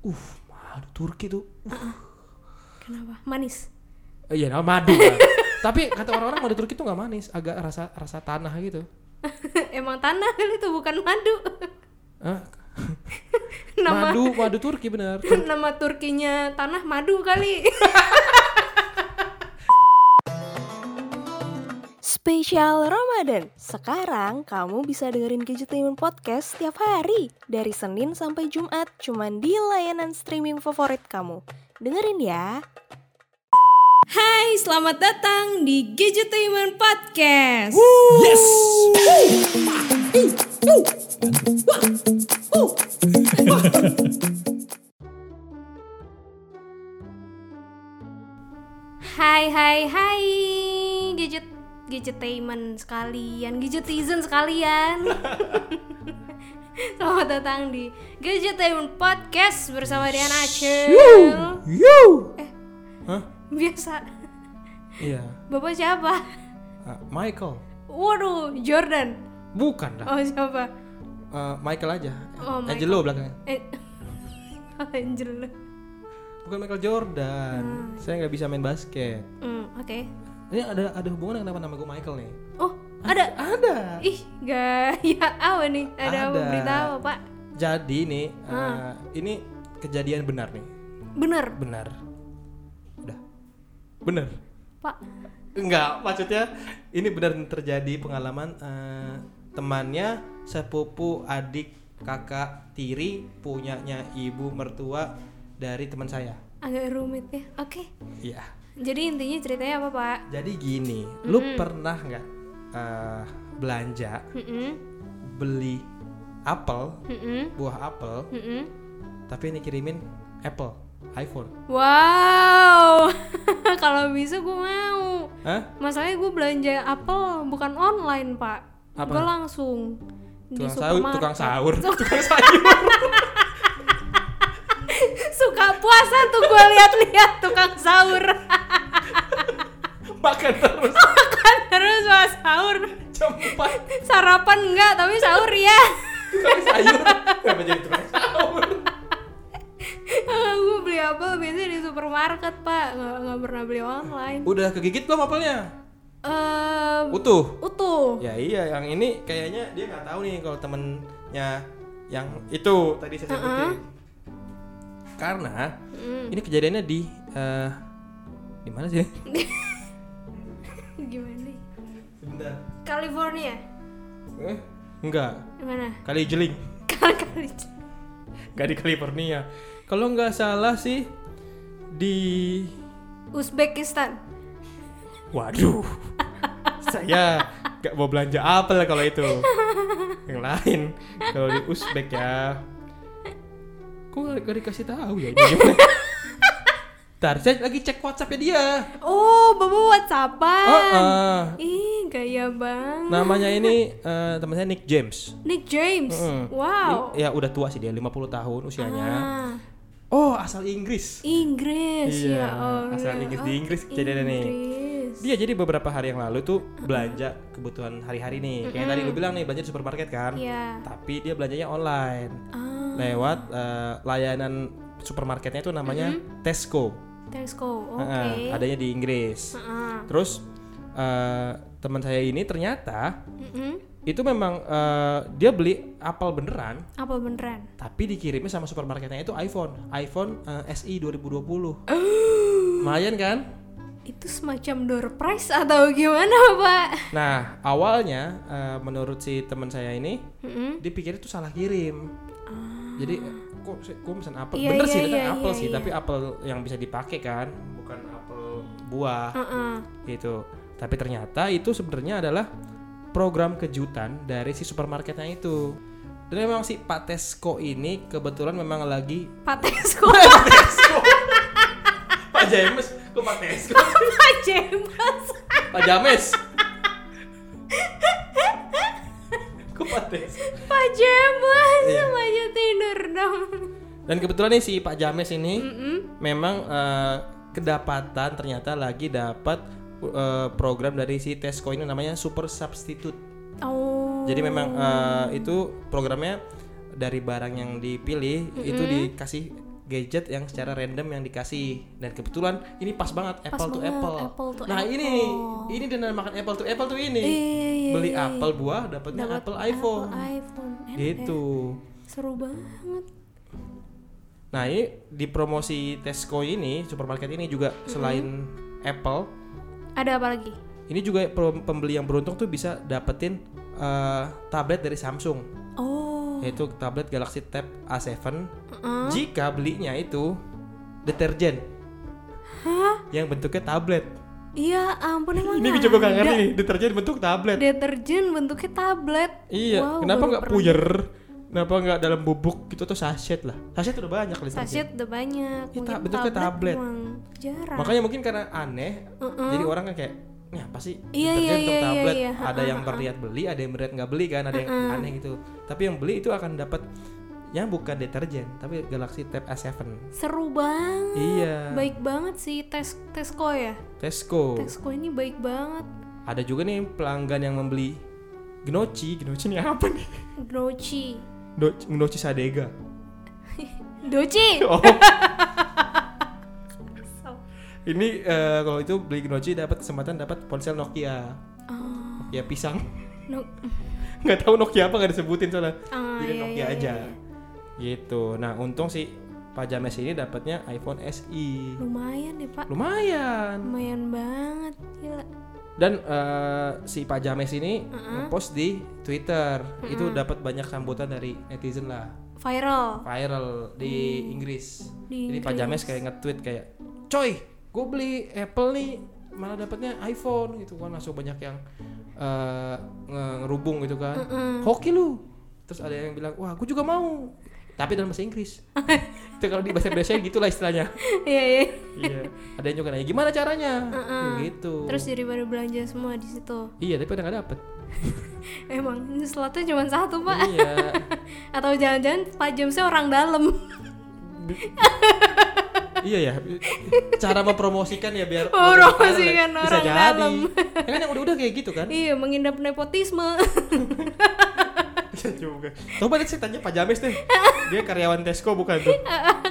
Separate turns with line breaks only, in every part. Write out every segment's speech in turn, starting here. uh madu Turki tuh
Kenapa? Manis.
Eh, iya nama madu kan. tapi kata orang-orang madu Turki tuh nggak manis agak rasa rasa tanah gitu
Emang tanah kali itu bukan madu.
Hah?
nama
madu madu Turki bener
nama Turkinya tanah madu kali.
Spesial Ramadan. Sekarang kamu bisa dengerin Gadgetainment Podcast setiap hari dari Senin sampai Jumat cuman di layanan streaming favorit kamu. Dengerin ya.
Hai, selamat datang di Gadgetainment Podcast.
yes
Hai hai hai gadget gadgetainment sekalian, gadgetizen sekalian. Selamat datang di Gadgetainment Podcast bersama Dian Acil.
you
Eh.
Hah?
Biasa.
iya
Bapak siapa?
Ah, Michael
Waduh, Jordan.
bukan lah
Oh, siapa?
Eh, Michael aja
Oh,
Angelo belakangnya
Eh, Angel.
bukan Michael Jordan saya nggak bisa main basket
Hmm, oke.
ini ada ada hubungan dengan kenapa nama gue Michael nih
Oh, ada.
ada
Ih, gaya apa nih? Ada, apa
Ada.
berita apa, Pak?
jadi nih
Ah.
eh, ini kejadian benar nih
Bener,
benar udah benar
Pak.
Enggak, maksudnya ini benar terjadi pengalaman eh, temannya sepupu adik kakak tiri punyanya ibu mertua dari teman saya.
Agak rumit ya. Oke.
Iya.
Jadi intinya ceritanya apa, Pak?
Jadi gini, lu pernah nggak eh, belanja
Mm-mm,
beli apel,
mm-mm,
buah apel,
mm-mm.
tapi ini kirimin Apple, iPhone.
Wow. Kalau bisa gue mau.
Hah?
Masalahnya gue belanja apel bukan online, Pak.
Apa?
Gue langsung di
Tukang sahur,
supermarket.
tukang sahur, tukang sayur.
Suka puasa tuh gue lihat-lihat tukang sahur.
Makan terus
Makan terus pas sahur.
jam 4
Sarapan enggak, tapi sahur ya.
tukang sayur. Kenapa jadi tukang sahur?
gue beli apel biasanya di supermarket, Pak. Nggak, nggak pernah beli online.
Udah kegigit belum apelnya?
Eh,
utuh
utuh.
ya iya yang ini kayaknya dia nggak tahu nih kalau temennya yang itu tadi saya sebutin karena
Mm.
ini kejadiannya di eh, di mana sih
Gimana? nih?
sebentar
California.
eh? enggak
Gimana?
kali jeling
Kali
nggak di California kalau nggak salah sih di
Uzbekistan.
waduh saya nggak mau belanja apel ya kalau itu yang lain kalau di Uzbek ya kok nggak nggak dikasih tahu ya ini gimana? Ntar saya lagi cek WhatsAppnya dia
Oh, bapak WhatsAppan.
Heeh. Nah.
Ih, gaya banget.
namanya ini eh, teman saya Nick James
Nick James.
Mm.
Wow.
ya udah tua sih dia 50 tahun usianya
Ah,
oh asal Inggris
Inggris
Iya,
ya Allah. Oh,
asal Inggris. Di Inggris kejadiannya nih.
Inggris.
dia jadi beberapa hari yang lalu tuh belanja kebutuhan hari-hari nih kayak tadi lu bilang nih belanja di supermarket kan
Iya.
tapi dia belanjanya online
Ah,
lewat eh, layanan supermarketnya itu namanya Tesco
let's go. Mm-hmm. Oke.
Heeh, adanya di Inggris
Ah,
terus eh, teman saya ini ternyata
mm-mm.
itu memang eh, dia beli apel beneran
Apa beneran?
tapi dikirimnya sama supermarketnya itu iPhone iPhone eh, SE 2020 lumayan kan
Itu semacam door prize atau gimana, Pak?
nah awalnya eh, menurut si teman saya ini
Mm-mm. Ah.
dia pikir itu salah kirim jadi eh, kok sih- gua pesan apel
Iya,
bener
iya,
sih
iya,
datang apel
iya,
sih
iya.
tapi apel yang bisa dipakai kan bukan apel buah
Ah,
gitu tapi ternyata itu sebenarnya adalah program kejutan dari si supermarketnya itu dan memang si Pak Tesco ini kebetulan memang lagi
Pates
Pak Tesco Pak James kok Pak Tesco
Pak James.
Pak James kok Pak Tesco
Pak James
Iya.
aja tidur dong.
Dan kebetulan nih si Pak James ini memang eh, kedapatan ternyata lagi dapat eh, program dari si Tesco ini namanya Super Substitute.
Oh.
Jadi memang eh, itu programnya dari barang yang dipilih itu dikasih gadget yang secara random yang dikasih dan kebetulan ini pas banget
Pas
apple to
banget,
apple.
apple to
nah ini nih, ini dengan makan apple to apple tuh ini. Beli apple buah dapatnya
iya, Dapat
apple iPhone.
Apple iPhone. Enak
gitu.
ya. Seru banget.
Nah, ini di promosi Tesco ini, supermarket ini juga
Mm-hmm.
selain apple,
Ada apa lagi?
ini juga pro- pembeli yang beruntung tuh bisa dapetin eh, tablet dari Samsung,
Oh.
yaitu tablet Galaxy Tab A7
Heeh.
jika belinya itu deterjen
Hah?
yang bentuknya tablet.
Iya ampun emang.
Ini juga gak
ada?
ngerti nih, deterjen bentuk tablet.
Deterjen bentuknya tablet.
Iya,
Wow,
kenapa
baru
nggak
pernah.
puyer? Kenapa nggak dalam bubuk gitu atau sachet lah? Sachet udah banyak kali deterjen.
Sachet udah banyak.
Iya,
Mungkin
ta- bentuknya tablet.
emang jarang.
Makanya mungkin karena aneh,
Heeh.
jadi orang kan kayak ini apa sih
Iya,
deterjen
iya,
bentuk
iya, iya,
tablet
iya.
ada yang berniat beli ada yang berniat nggak beli kan ada yang aneh gitu tapi yang beli itu akan dapat yang bukan deterjen tapi Galaxy Tab A7
Seru banget.
iya
Baik banget sih tes Tesco ya.
Tesco
Tesco ini baik banget.
ada juga nih pelanggan yang membeli Gnocchi Gnocchi ini apa nih
Doci.
Do- Gnocchi Sadega
Doci.
oh ini eh, kalau itu beli Gnocchi dapat kesempatan dapat ponsel Nokia
Ah,
ya pisang
no.
nggak tahu Nokia apa nggak disebutin soalnya
Ah,
jadi
iya,
Nokia
iya,
aja
iya.
gitu nah untung sih Pak James ini dapatnya iPhone SE
Lumayan deh pak.
lumayan
Lumayan banget. Gila.
dan eh, si Pak James ini ngepost di Twitter itu dapat banyak sambutan dari netizen lah
Viral.
viral di Inggris
Hmm. di
jadi Pak James kayak nge-tweet kayak coy gue beli Apple nih malah dapatnya iPhone gitu kan langsung banyak yang eh, nge- ngerubung gitu kan hoki lu terus ada yang bilang wah gue juga mau tapi dalam bahasa Inggris itu kalau di bahasa Indonesia gitulah istilahnya
Iya iya.
iya ada yang juga nanya gimana caranya gitu
Terus jadi pada belanja semua di situ.
iya tapi udah gak dapet
Emang ini slotnya cuma satu pak.
iya
Atau jangan-jangan Pak Jamesnya orang dalam.
iya ya cara mempromosikan ya biar
Mempromosikan
orang bisa
orang
jadi
dalam.
ya kan yang udah-udah kayak gitu kan
iya mengindap nepotisme.
Iya juga. Coba deh sih tanya Pak James deh. Dia karyawan Tesco bukan tuh?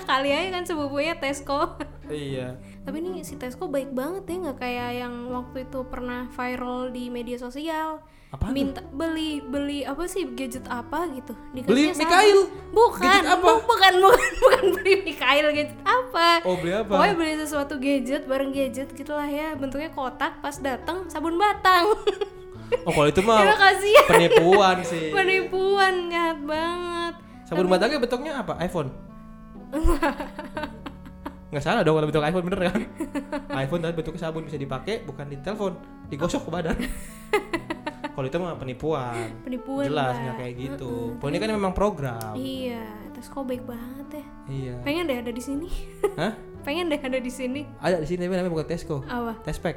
Kali aja kan sepupunya Tesco.
iya.
Tapi ini si Tesco baik banget ya nggak kayak yang waktu itu pernah viral di media sosial.
Apaan
minta beli beli apa sih gadget apa gitu
Beli
Dikasihnya sama.
Mikail.
bukan
Gadget apa?
bu- bukan bukan bukan beli Mikail gadget apa
Oh, beli apa?
pokoknya beli sesuatu gadget bareng gadget gitulah ya bentuknya kotak pas datang sabun batang
Oh, kalau itu
Terima
mah
kasih
penipuan sih.
penipuan jahat banget
Sabun batangnya bentuknya apa? iPhone. Nggak salah dong kalau bentuk iPhone bener kan? iPhone tapi bentuknya sabun bisa dipakai bukan di telepon, digosok ke badan. kalau itu mah penipuan.
penipuan
Jelas
Mbak.
nggak kayak gitu. Pokoknya kan memang program.
iya Tesco baik banget ya
Iya.
pengen deh ada di sini
Hah?
pengen deh ada di sini
Ada di sini tapi namanya bukan Tesco.
apa
Tespek.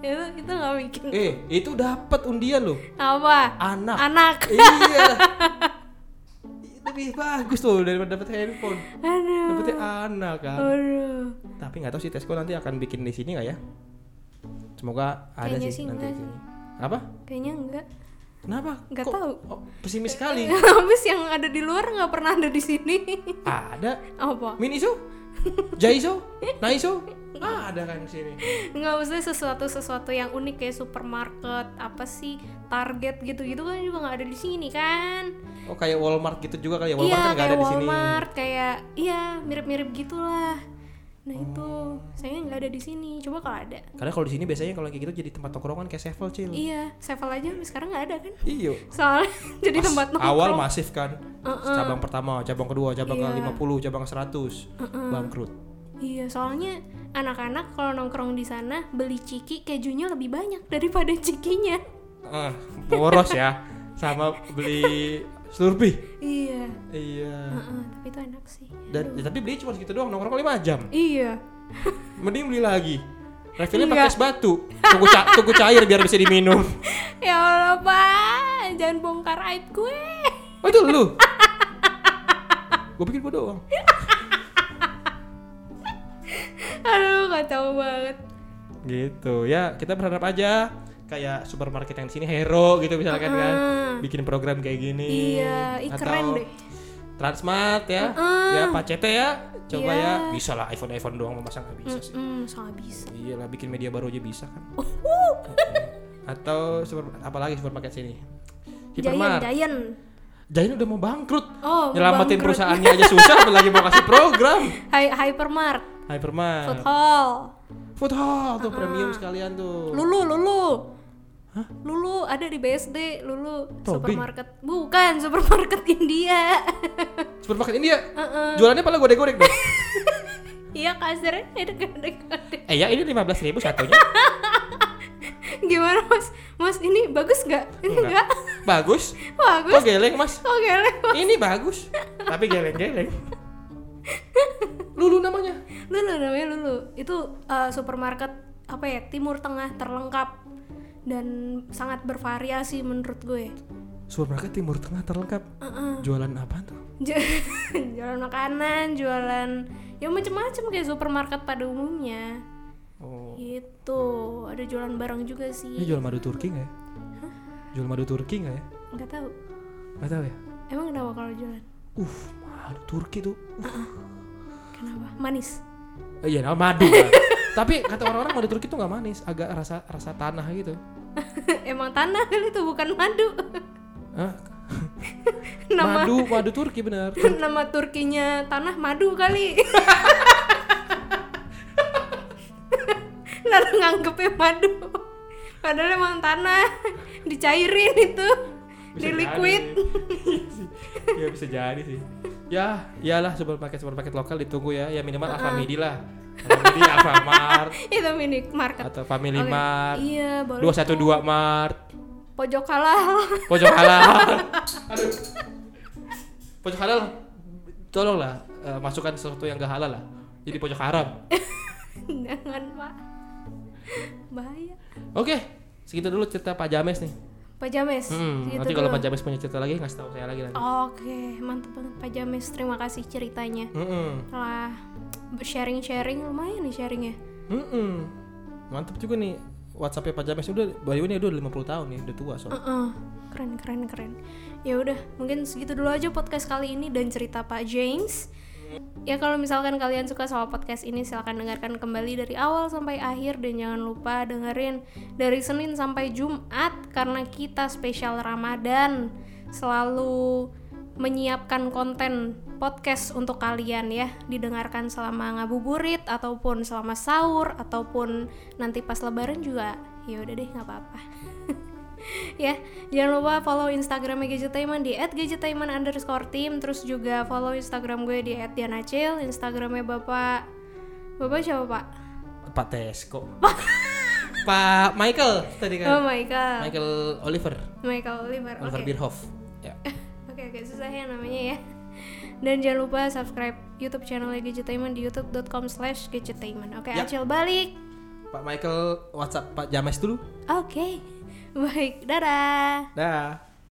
itu itu nggak bikin
Eh, itu dapat undian loh.
apa
Anak.
anak
iya lebih bagus tuh daripada dapat handphone
aduh
dapetnya anak kan
aduh
tapi nggak tahu sih Tesco nanti akan bikin di sini nggak ya semoga ada
Kayaknya
sih
sih
nanti
nggak
di sini apa
kayaknya enggak
kenapa
Nggak
Kok-
tahu.
oh, pesimis sekali
habis yang ada di luar nggak pernah ada di sini
ada
apa
Miniso Jaiso Naiso ah Nah ada kan di sini
nggak maksudnya sesuatu sesuatu yang unik kayak supermarket apa sih target gitu-gitu kan juga nggak ada di sini kan
oh kayak Walmart gitu juga kali ya Walmart
iya
kan nggak ada
kayak
di sini
Walmart kayak iya mirip-mirip gitulah nah
Oh.
itu sayangnya nggak ada di sini coba kalau ada
karena kalau di sini biasanya kalau kayak gitu jadi tempat tongkrongan kayak Sevel cil
iya Sevel aja sampai sekarang nggak ada kan
iyo
soalnya jadi
Pas
tempat nongkrong
awal masif kan cabang pertama cabang kedua cabang ke 50 cabang ke 100 bangkrut
iya soalnya anak-anak kalau nongkrong di sana beli ciki kejunya lebih banyak daripada cikinya
ah boros ya sama beli slurpee
iya
iya
Heeh, tapi itu enak sih
dan ya, tapi beli cuma segitu doang nongkrong 5 jam
iya
mending beli lagi refillnya
Enggak.
pakai es batu tunggu, ca- tunggu cair biar bisa diminum
ya Allah pak jangan bongkar aib gue
oh itu lu gue pikir gue doang
aduh kacau banget
gitu ya kita berharap aja kayak supermarket yang di sini hero gitu misalkan kan bikin program kayak gini
Iya, ih, keren
Atau
deh.
Transmart ya,
Heeh.
ya Pacete ya, coba
Iya.
ya, bisa lah iPhone iPhone doang memasang nggak bisa sih.
Hmm, soalnya bisa.
Iya lah bikin media baru aja bisa kan.
Uhuh.
Atau super, apalagi supermarket sini.
Giant,
Hipermart.
Giant.
Jain udah mau bangkrut.
Oh,
Nyelamatin
bangkrut.
perusahaannya aja susah apalagi mau kasih program.
Hy- Hypermart,
Iya.
Food
Hypermart.
Hall.
Foothold tuh premium sekalian tuh.
Lulu, Lulu. Lulu ada di BSD, Lulu
Tobing.
supermarket. Bukan supermarket India.
Supermarket India.
Heeh.
Jualannya pala godek-godek dong.
Iya kasirnya ada gandeng-gandeng.
eh ya ini 15.000 ribu satunya.
Gimana mas? Mas ini bagus nggak? Ini
Enggak.
enggak?
Bagus. Kok
bagus.
geleng mas?
Oke, lewat.
Ini bagus. Tapi geleng-geleng. Lulu namanya.
Lulu namanya Lulu. Itu eh, supermarket apa ya? Timur Tengah terlengkap dan sangat bervariasi menurut gue.
Supermarket Timur Tengah terlengkap.
Heeh.
Jualan apa tuh?
Ju- jualan makanan, jualan ya macem-macem kayak supermarket pada umumnya.
Oh.
Gitu. Ada jualan barang juga
Ini
sih.
jual madu Turki nggak ya? Jual madu Turki nggak ya?
Enggak tahu.
Nggak tahu ya.
Emang kenapa kalau jualan?
Uh, madu Turki tuh. Uh.
Kenapa? Manis.
Eh, Iya, nama madu. kan. Tapi kata orang-orang madu Turki tuh nggak manis, agak rasa rasa tanah gitu.
Emang tanah kali itu bukan madu.
Hah?
nama
Madu, madu Turki bener.
nama Turkinya tanah madu kali. Lalu nganggepnya madu. Padahal emang tanah dicairin itu.
Bisa
di liquid.
jadi. ya bisa jadi sih. Ya, iyalah supermarket supermarket lokal ditunggu ya. Ya minimal Alfamidi lah. Alfamidi, Alfamart
itu mini market.
atau Family
Oke.
Mart.
Iya, baru
212 Mart.
pojok halal.
Pojok halal. Aduh. Pojok halal. Tolonglah eh, masukkan sesuatu yang gak halal lah. Jadi pojok haram.
Jangan, Pak. Bahaya.
Oke, segitu dulu cerita Pak James nih.
Pak James.
Hmm,
gitu
nanti kalau
doang.
Pak James punya cerita lagi ngasih tahu saya lagi nanti.
Oke, mantep banget Pak James. Terima kasih ceritanya.
Mm-mm.
Telah sharing-sharing lumayan nih sharingnya.
Mm-mm. Mantap hmm, juga nih WhatsAppnya Pak James udah bayu ini udah 50 tahun nih, udah tua soalnya.
Heeh, keren keren keren. Ya udah, mungkin segitu dulu aja podcast kali ini dan cerita Pak James. Ya kalau misalkan kalian suka sama podcast ini silahkan dengarkan kembali dari awal sampai akhir dan jangan lupa dengerin dari Senin sampai Jumat karena kita spesial Ramadan selalu menyiapkan konten podcast untuk kalian ya didengarkan selama ngabuburit ataupun selama sahur ataupun nanti pas lebaran juga ya udah deh nggak apa-apa ya jangan lupa follow instagramnya gadgetainment di @gadgetainment underscore team terus juga follow instagram gue di @dianacil instagramnya bapak bapak siapa pak
Pak Tesco. Pak Michael tadi kan.
oh my god
Michael Oliver,
Michael Oliver Oh, oke Eh.
Oliver Bierhoff. Ya.
oke oke susah ya namanya ya dan jangan lupa subscribe YouTube channelnya Gadgetainment di youtube.com slash Gadgetainment. Oke,
Ya.
Acil balik.
Pak Michael WhatsApp Pak James dulu.
Oke, baik. Dadah.
Dah.